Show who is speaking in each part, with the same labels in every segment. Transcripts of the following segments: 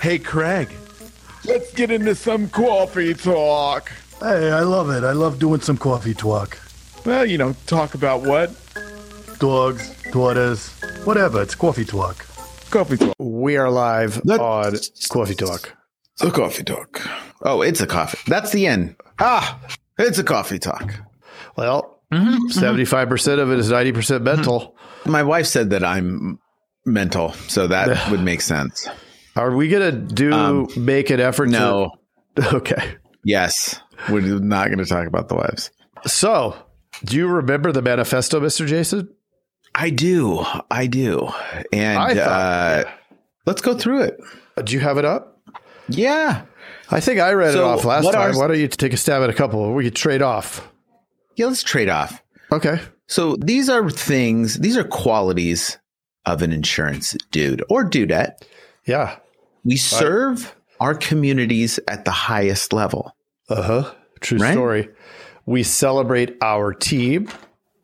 Speaker 1: Hey, Craig.
Speaker 2: Let's get into some coffee talk.
Speaker 3: Hey, I love it. I love doing some coffee talk.
Speaker 2: Well, you know, talk about what?
Speaker 3: Dogs, daughters, whatever. It's coffee talk.
Speaker 2: Coffee talk.
Speaker 4: We are live
Speaker 5: That-
Speaker 4: on Coffee Talk.
Speaker 5: The coffee talk. Oh, it's a coffee. That's the end. Ah, it's a coffee talk.
Speaker 4: Well,
Speaker 5: Mm-hmm,
Speaker 4: 75% of it is 90% mental.
Speaker 5: My wife said that I'm mental, so that would make sense.
Speaker 4: Are we going to do
Speaker 5: Mm-hmm. Um,
Speaker 4: make an effort? to-
Speaker 5: No,
Speaker 4: okay.
Speaker 5: yes, we're not going to talk about the wives.
Speaker 4: So, do you remember the manifesto, Mr. Jason?
Speaker 5: I do, I do, and
Speaker 4: I
Speaker 5: uh,
Speaker 4: thought-
Speaker 5: let's go through it.
Speaker 4: Uh, Do you have it up?
Speaker 5: Yeah,
Speaker 4: I think I read it
Speaker 5: So,
Speaker 4: off last
Speaker 5: what
Speaker 4: time.
Speaker 5: are-
Speaker 4: Why don't you take a stab at a couple? We could trade off.
Speaker 5: yeah. Let's trade off.
Speaker 4: Okay.
Speaker 5: So these are things. These are qualities of an insurance dude or dudette.
Speaker 4: Yeah.
Speaker 5: We serve our communities at the highest level.
Speaker 4: Uh huh. True
Speaker 5: Uh-huh. Right?
Speaker 4: story. We celebrate our team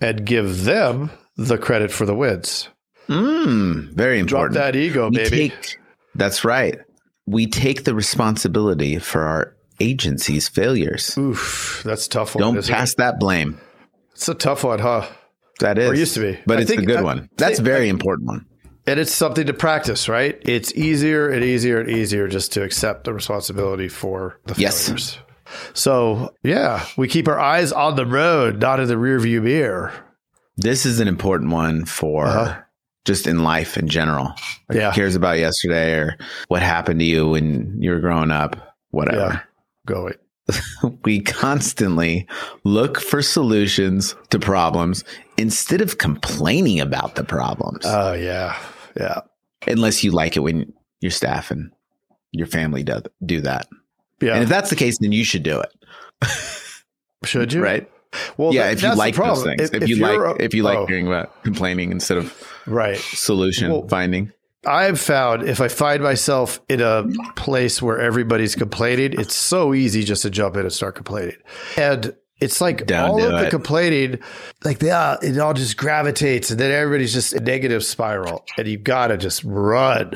Speaker 4: and give them the credit for the wins.
Speaker 5: Mm, very
Speaker 4: Drop
Speaker 5: important.
Speaker 4: that ego,
Speaker 5: We
Speaker 4: baby.
Speaker 5: take- that's right. We take the responsibility for our agency's failures.
Speaker 4: Oof, that's a tough one.
Speaker 5: Don't
Speaker 4: isn't it?
Speaker 5: pass that blame.
Speaker 4: It's a tough one, huh?
Speaker 5: That is.
Speaker 4: Or used to be.
Speaker 5: But
Speaker 4: I
Speaker 5: it's
Speaker 4: think-
Speaker 5: a good
Speaker 4: I-
Speaker 5: one. That's a very important one.
Speaker 4: And it's something to practice, right? It's easier and easier and easier just to accept the responsibility for the
Speaker 5: Yes.
Speaker 4: failures. So, yeah, we keep our eyes on the road, not in the rearview mirror.
Speaker 5: This is an important one for just in life in general.
Speaker 4: Uh-huh.
Speaker 5: Like,
Speaker 4: Yeah.
Speaker 5: Who cares about yesterday or what happened to you when you were growing up? Whatever.
Speaker 4: Going.
Speaker 5: We constantly look for solutions to problems instead of complaining about the problems.
Speaker 4: Oh, yeah. Yeah.
Speaker 5: unless you like it when your staff and your family do, do that.
Speaker 4: Yeah.
Speaker 5: And if that's the case, then you should do it,
Speaker 4: Should you?
Speaker 5: right?
Speaker 4: Well,
Speaker 5: yeah,
Speaker 4: that-
Speaker 5: if you
Speaker 4: that's the
Speaker 5: like those
Speaker 4: problem.
Speaker 5: things, if, you
Speaker 4: you're
Speaker 5: like
Speaker 4: a-
Speaker 5: if you like
Speaker 4: oh,
Speaker 5: hearing about complaining instead of
Speaker 4: right.
Speaker 5: solution
Speaker 4: Well-
Speaker 5: finding.
Speaker 4: I've found if I find myself in a place where everybody's complaining, it's so easy just to jump in and start complaining. And it's like
Speaker 5: Don't
Speaker 4: all
Speaker 5: do
Speaker 4: of the
Speaker 5: it.
Speaker 4: complaining, like they, all it all just gravitates and then everybody's just a negative spiral. And you gotta just run.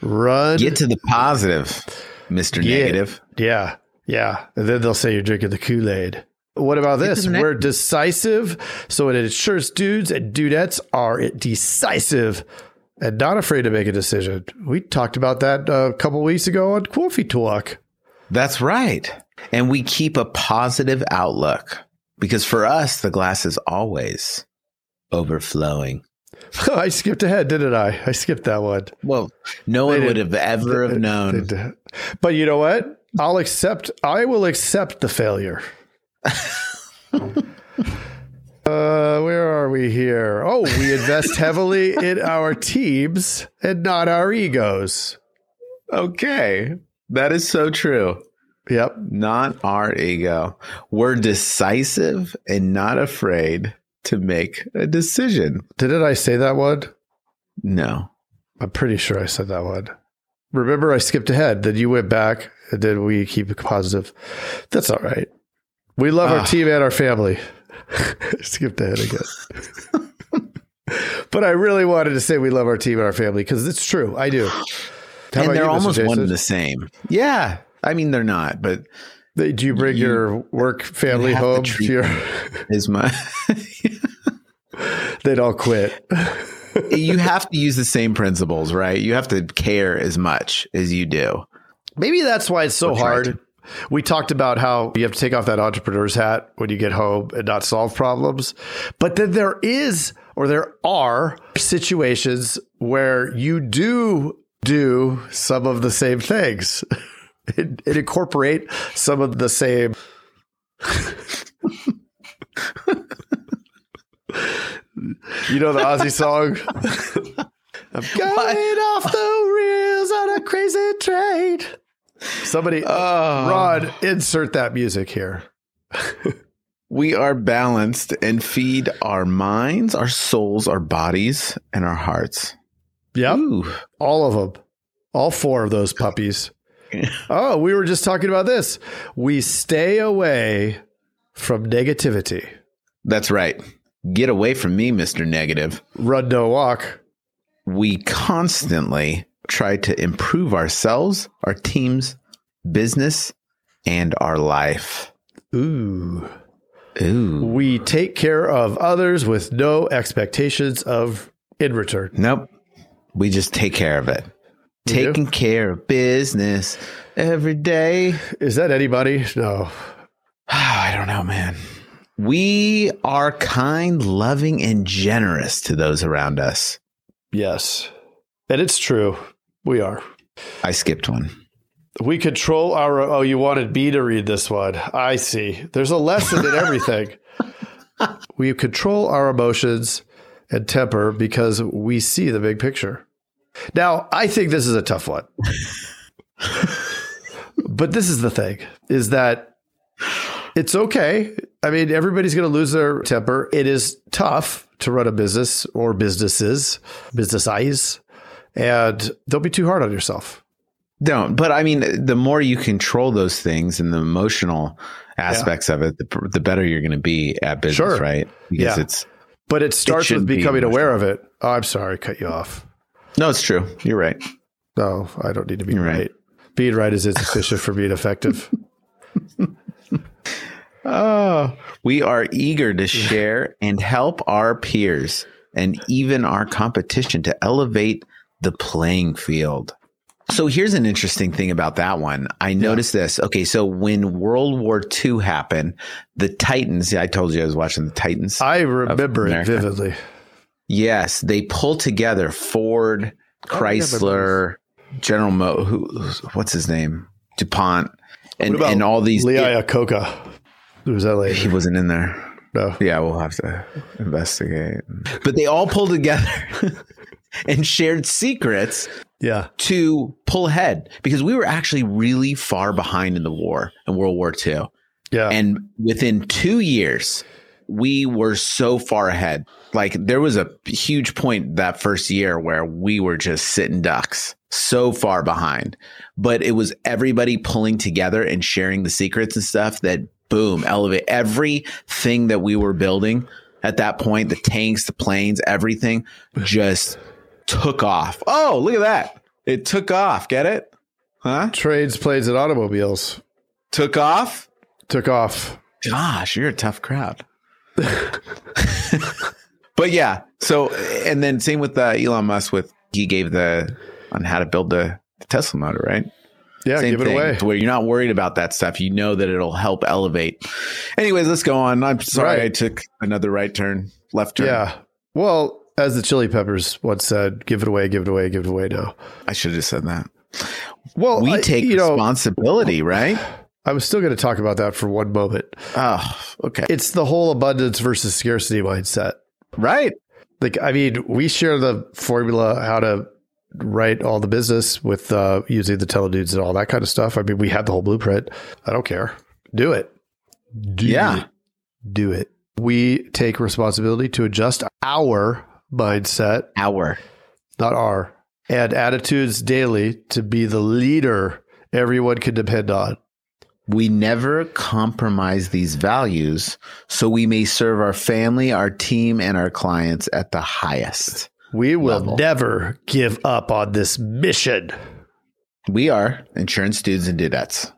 Speaker 4: Run.
Speaker 5: Get to the positive, Mister
Speaker 4: Yeah.
Speaker 5: Negative.
Speaker 4: Yeah. Yeah. And then they'll say you're drinking the Kool Aid. What about this? We're decisive. So it ensures dudes and dudettes are decisive and not afraid to make a decision. We talked about that uh, a couple weeks ago on Coffee Talk.
Speaker 5: That's right. And we keep a positive outlook because for us, the glass is always overflowing.
Speaker 4: I skipped ahead, didn't I? I skipped that one.
Speaker 5: Well, no one
Speaker 4: They
Speaker 5: would
Speaker 4: didn't-
Speaker 5: have ever have known.
Speaker 4: But you know what? I'll accept. I will accept the failure. uh, where are we here? Oh, we invest heavily in our teams and not our egos.
Speaker 5: Okay, that is so true.
Speaker 4: Yep.
Speaker 5: not our ego. We're decisive and not afraid to make a decision.
Speaker 4: Didn't I say that one?
Speaker 5: No.
Speaker 4: I'm pretty sure I said that one. Remember, I skipped ahead. Then you went back, and then we keep it positive. That's all right. We love
Speaker 5: Ah.
Speaker 4: our team and our family. skipped ahead again. but I really wanted to say we love our team and our family because it's true. I do. How about
Speaker 5: and they're
Speaker 4: you, Mr.
Speaker 5: almost one
Speaker 4: Jason?
Speaker 5: and the same. Yeah. I mean, they're not, but
Speaker 4: They- Do you bring
Speaker 5: You-
Speaker 4: your work family
Speaker 5: have to
Speaker 4: home to
Speaker 5: treat
Speaker 4: your?
Speaker 5: is my,
Speaker 4: They'd all quit.
Speaker 5: you have to use the same principles, right? You have to care as much as you do.
Speaker 4: Maybe that's why it's so
Speaker 5: Or try
Speaker 4: hard.
Speaker 5: to.
Speaker 4: We talked about how you have to take off that entrepreneur's hat when you get home and not solve problems. But then there is or there are situations where you do do some of the same things and, and incorporate some of the same. you know the Aussie song? I'm going off the rails on a crazy train. Somebody,
Speaker 5: Oh,
Speaker 4: Rod, insert that music here.
Speaker 5: we are balanced and feed our minds, our souls, our bodies, and our hearts.
Speaker 4: Yep.
Speaker 5: Ooh.
Speaker 4: All of them. All four of those puppies. oh, we were just talking about this. We stay away from negativity.
Speaker 5: That's right. Get away from me, Mr. Negative.
Speaker 4: Run, no walk.
Speaker 5: we constantly try to improve ourselves, our teams, business, and our life.
Speaker 4: Ooh.
Speaker 5: Ooh.
Speaker 4: We take care of others with no expectations of in return.
Speaker 5: Nope. We just take care of it.
Speaker 4: We do?
Speaker 5: Taking care of business every day.
Speaker 4: Is that anybody? No.
Speaker 5: I don't know, man. We are kind, loving, and generous to those around us.
Speaker 4: Yes. And it's true. We are.
Speaker 5: I skipped one.
Speaker 4: We control our. Oh, you wanted me to read this one. I see. There's a lesson in everything. We control our emotions and temper because we see the big picture. Now, I think this is a tough one. but this is the thing is that it's okay. I mean, everybody's going to lose their temper. It is tough to run a business or businesses, business eyes, and don't be too hard on yourself.
Speaker 5: Don't. But I mean, the more you control those things and the emotional aspects of it, the, the better you're going to be at business,
Speaker 4: Sure.
Speaker 5: right? Because
Speaker 4: Yeah.
Speaker 5: it's
Speaker 4: But it starts with
Speaker 5: shouldn't be
Speaker 4: becoming
Speaker 5: emotional.
Speaker 4: aware of it. Oh, I'm sorry, cut you off.
Speaker 5: no, it's true. You're right.
Speaker 4: No, I don't need to be
Speaker 5: You're
Speaker 4: right.
Speaker 5: right.
Speaker 4: Being right is insufficient for being effective.
Speaker 5: Oh, we are eager to share and help our peers and even our competition to elevate the playing field. So here's an interesting thing about that one. I noticed this. Okay, so when World War II happened, the Titans, I told you I was watching the Titans.
Speaker 4: I remember it
Speaker 5: America.
Speaker 4: vividly.
Speaker 5: Yes, they pulled together Ford, Chrysler, General Mo, who, what's his name? DuPont, and,
Speaker 4: What about
Speaker 5: and all these.
Speaker 4: Lee Iacocca. Was that
Speaker 5: he
Speaker 4: later?
Speaker 5: wasn't in there.
Speaker 4: No.
Speaker 5: Yeah, we'll have to investigate. But they all pulled together and shared secrets
Speaker 4: Yeah.
Speaker 5: to pull ahead because we were actually really far behind in the war in World War II.
Speaker 4: Yeah.
Speaker 5: And within two years, we were so far ahead. Like there was a huge point that first year where we were just sitting ducks, so far behind. But it was everybody pulling together and sharing the secrets and stuff that boom, elevate everything that we were building at that point, the tanks, the planes, everything just took off. Oh, look at that. It took off. Get it? Huh?
Speaker 4: Trains, planes, and automobiles
Speaker 5: Took off?
Speaker 4: took off.
Speaker 5: Gosh, you're a tough crowd. but yeah, so and then same with uh, Elon Musk with he gave the on how to build the, the Tesla motor, right?
Speaker 4: Yeah,
Speaker 5: same
Speaker 4: give it away.
Speaker 5: to Where you're not worried about that stuff, you know that it'll help elevate. Anyways, let's go on. I'm sorry
Speaker 4: Right.
Speaker 5: I took another right turn, left turn.
Speaker 4: Yeah. Well, as the Chili Peppers once said, give it away, give it away, give it away now.
Speaker 5: I should have said that.
Speaker 4: Well,
Speaker 5: We
Speaker 4: I-
Speaker 5: take
Speaker 4: you know,
Speaker 5: responsibility, right?
Speaker 4: I was still going to talk about that for one moment.
Speaker 5: Oh, okay,
Speaker 4: It's the whole abundance versus scarcity mindset.
Speaker 5: right.
Speaker 4: like i mean we share the formula how to write all the business with uh, using the teledudes and all that kind of stuff i mean we have the whole blueprint i don't care do it do
Speaker 5: Yeah.
Speaker 4: it. do it we take responsibility to adjust our mindset
Speaker 5: Hour.
Speaker 4: not our and attitudes daily to be the leader everyone can depend on
Speaker 5: We never compromise these values so we may serve our family, our team, and our clients at the highest.
Speaker 4: we will
Speaker 5: Level.
Speaker 4: never give up on this mission
Speaker 5: We are insurance dudes and dudettes.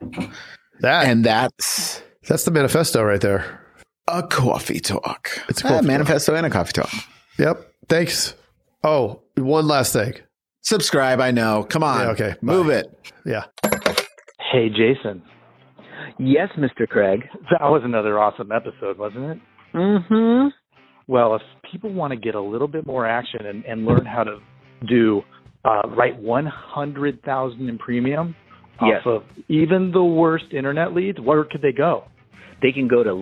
Speaker 4: that
Speaker 5: And that's
Speaker 4: that's the manifesto right there
Speaker 5: a coffee talk.
Speaker 4: It's
Speaker 5: It's
Speaker 4: a
Speaker 5: a
Speaker 4: coffee
Speaker 5: manifesto and a coffee talk.
Speaker 4: Yep. Thanks. Oh, one last thing.
Speaker 5: Subscribe, I know. Come on.
Speaker 4: Yeah, okay. Bye.
Speaker 5: Move it.
Speaker 4: Yeah.
Speaker 1: Hey, Jason.
Speaker 6: Yes, Mr. Craig.
Speaker 1: That was another awesome episode, wasn't it?
Speaker 6: Mm-hmm.
Speaker 1: Well, if people want to get a little bit more action and, and learn how to do uh, write 100,000 in premium
Speaker 6: Yes.
Speaker 1: off of even the worst internet leads, where could they go?
Speaker 6: They can go to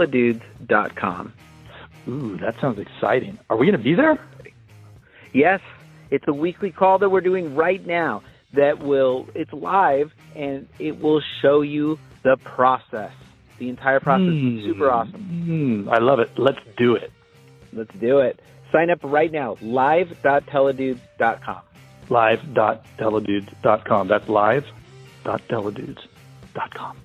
Speaker 6: live.teledudes.com.
Speaker 1: Ooh, that sounds exciting. Are we going to be there?
Speaker 6: Yes, it's a weekly call that we're doing right now that will, it's live and it will show you the process. The entire process is super awesome.
Speaker 1: Hmm, I love it. Let's do it.
Speaker 6: Let's do it. Sign up right now, live.teledudes.com.
Speaker 1: Live.teledudes.com. That's live.teledudes.com.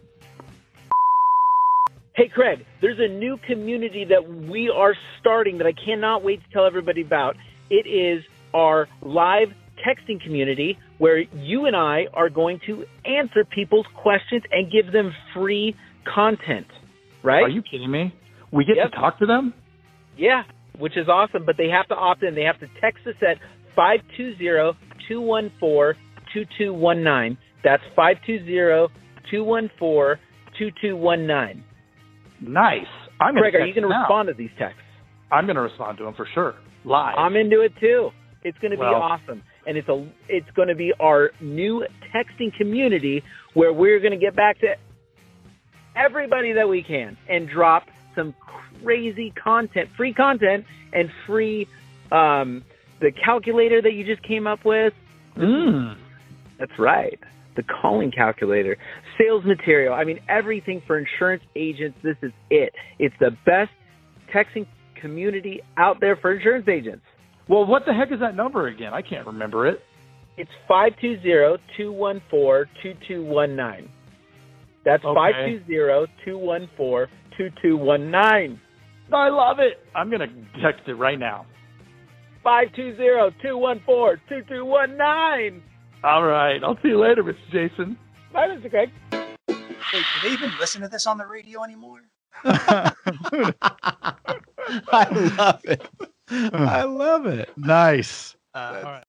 Speaker 6: Hey, Craig, there's a new community that we are starting that I cannot wait to tell everybody about. It is our live texting community where you and I are going to answer people's questions and give them free content, right?
Speaker 1: Are you kidding me? We get
Speaker 6: Yep.
Speaker 1: to talk to them?
Speaker 6: Yeah, which is awesome, but they have to opt in. They have to text us at 520-214-2219. That's 520-214-2219.
Speaker 1: Nice. I'm gonna
Speaker 6: Greg, are you
Speaker 1: text
Speaker 6: going to
Speaker 1: now.
Speaker 6: respond to these texts?
Speaker 1: I'm going to respond to them for sure. Live.
Speaker 6: I'm into it too. It's going to be
Speaker 1: Well-
Speaker 6: awesome. And it's a it's going to be our new texting community where we're going to get back to everybody that we can and drop some crazy content, free content and free um, the calculator that you just came up with.
Speaker 1: Mm.
Speaker 6: That's right. The calling calculator, sales material. I mean, everything for insurance agents. This is it. It's the best texting community out there for insurance agents.
Speaker 1: Well, what the heck is that number again? I can't remember it.
Speaker 6: It's 520-214-2219. That's
Speaker 1: Okay.
Speaker 6: five two zero two one four two two one nine.
Speaker 1: I love it. I'm going to text it right now.
Speaker 6: Five two zero two one four two two one nine.
Speaker 1: All right. I'll see you later, Mr. Jason.
Speaker 6: Bye, Mr. Craig.
Speaker 7: Wait, do they even listen to this on the radio anymore?
Speaker 8: I love it. I love it. Nice.
Speaker 7: Uh, all right.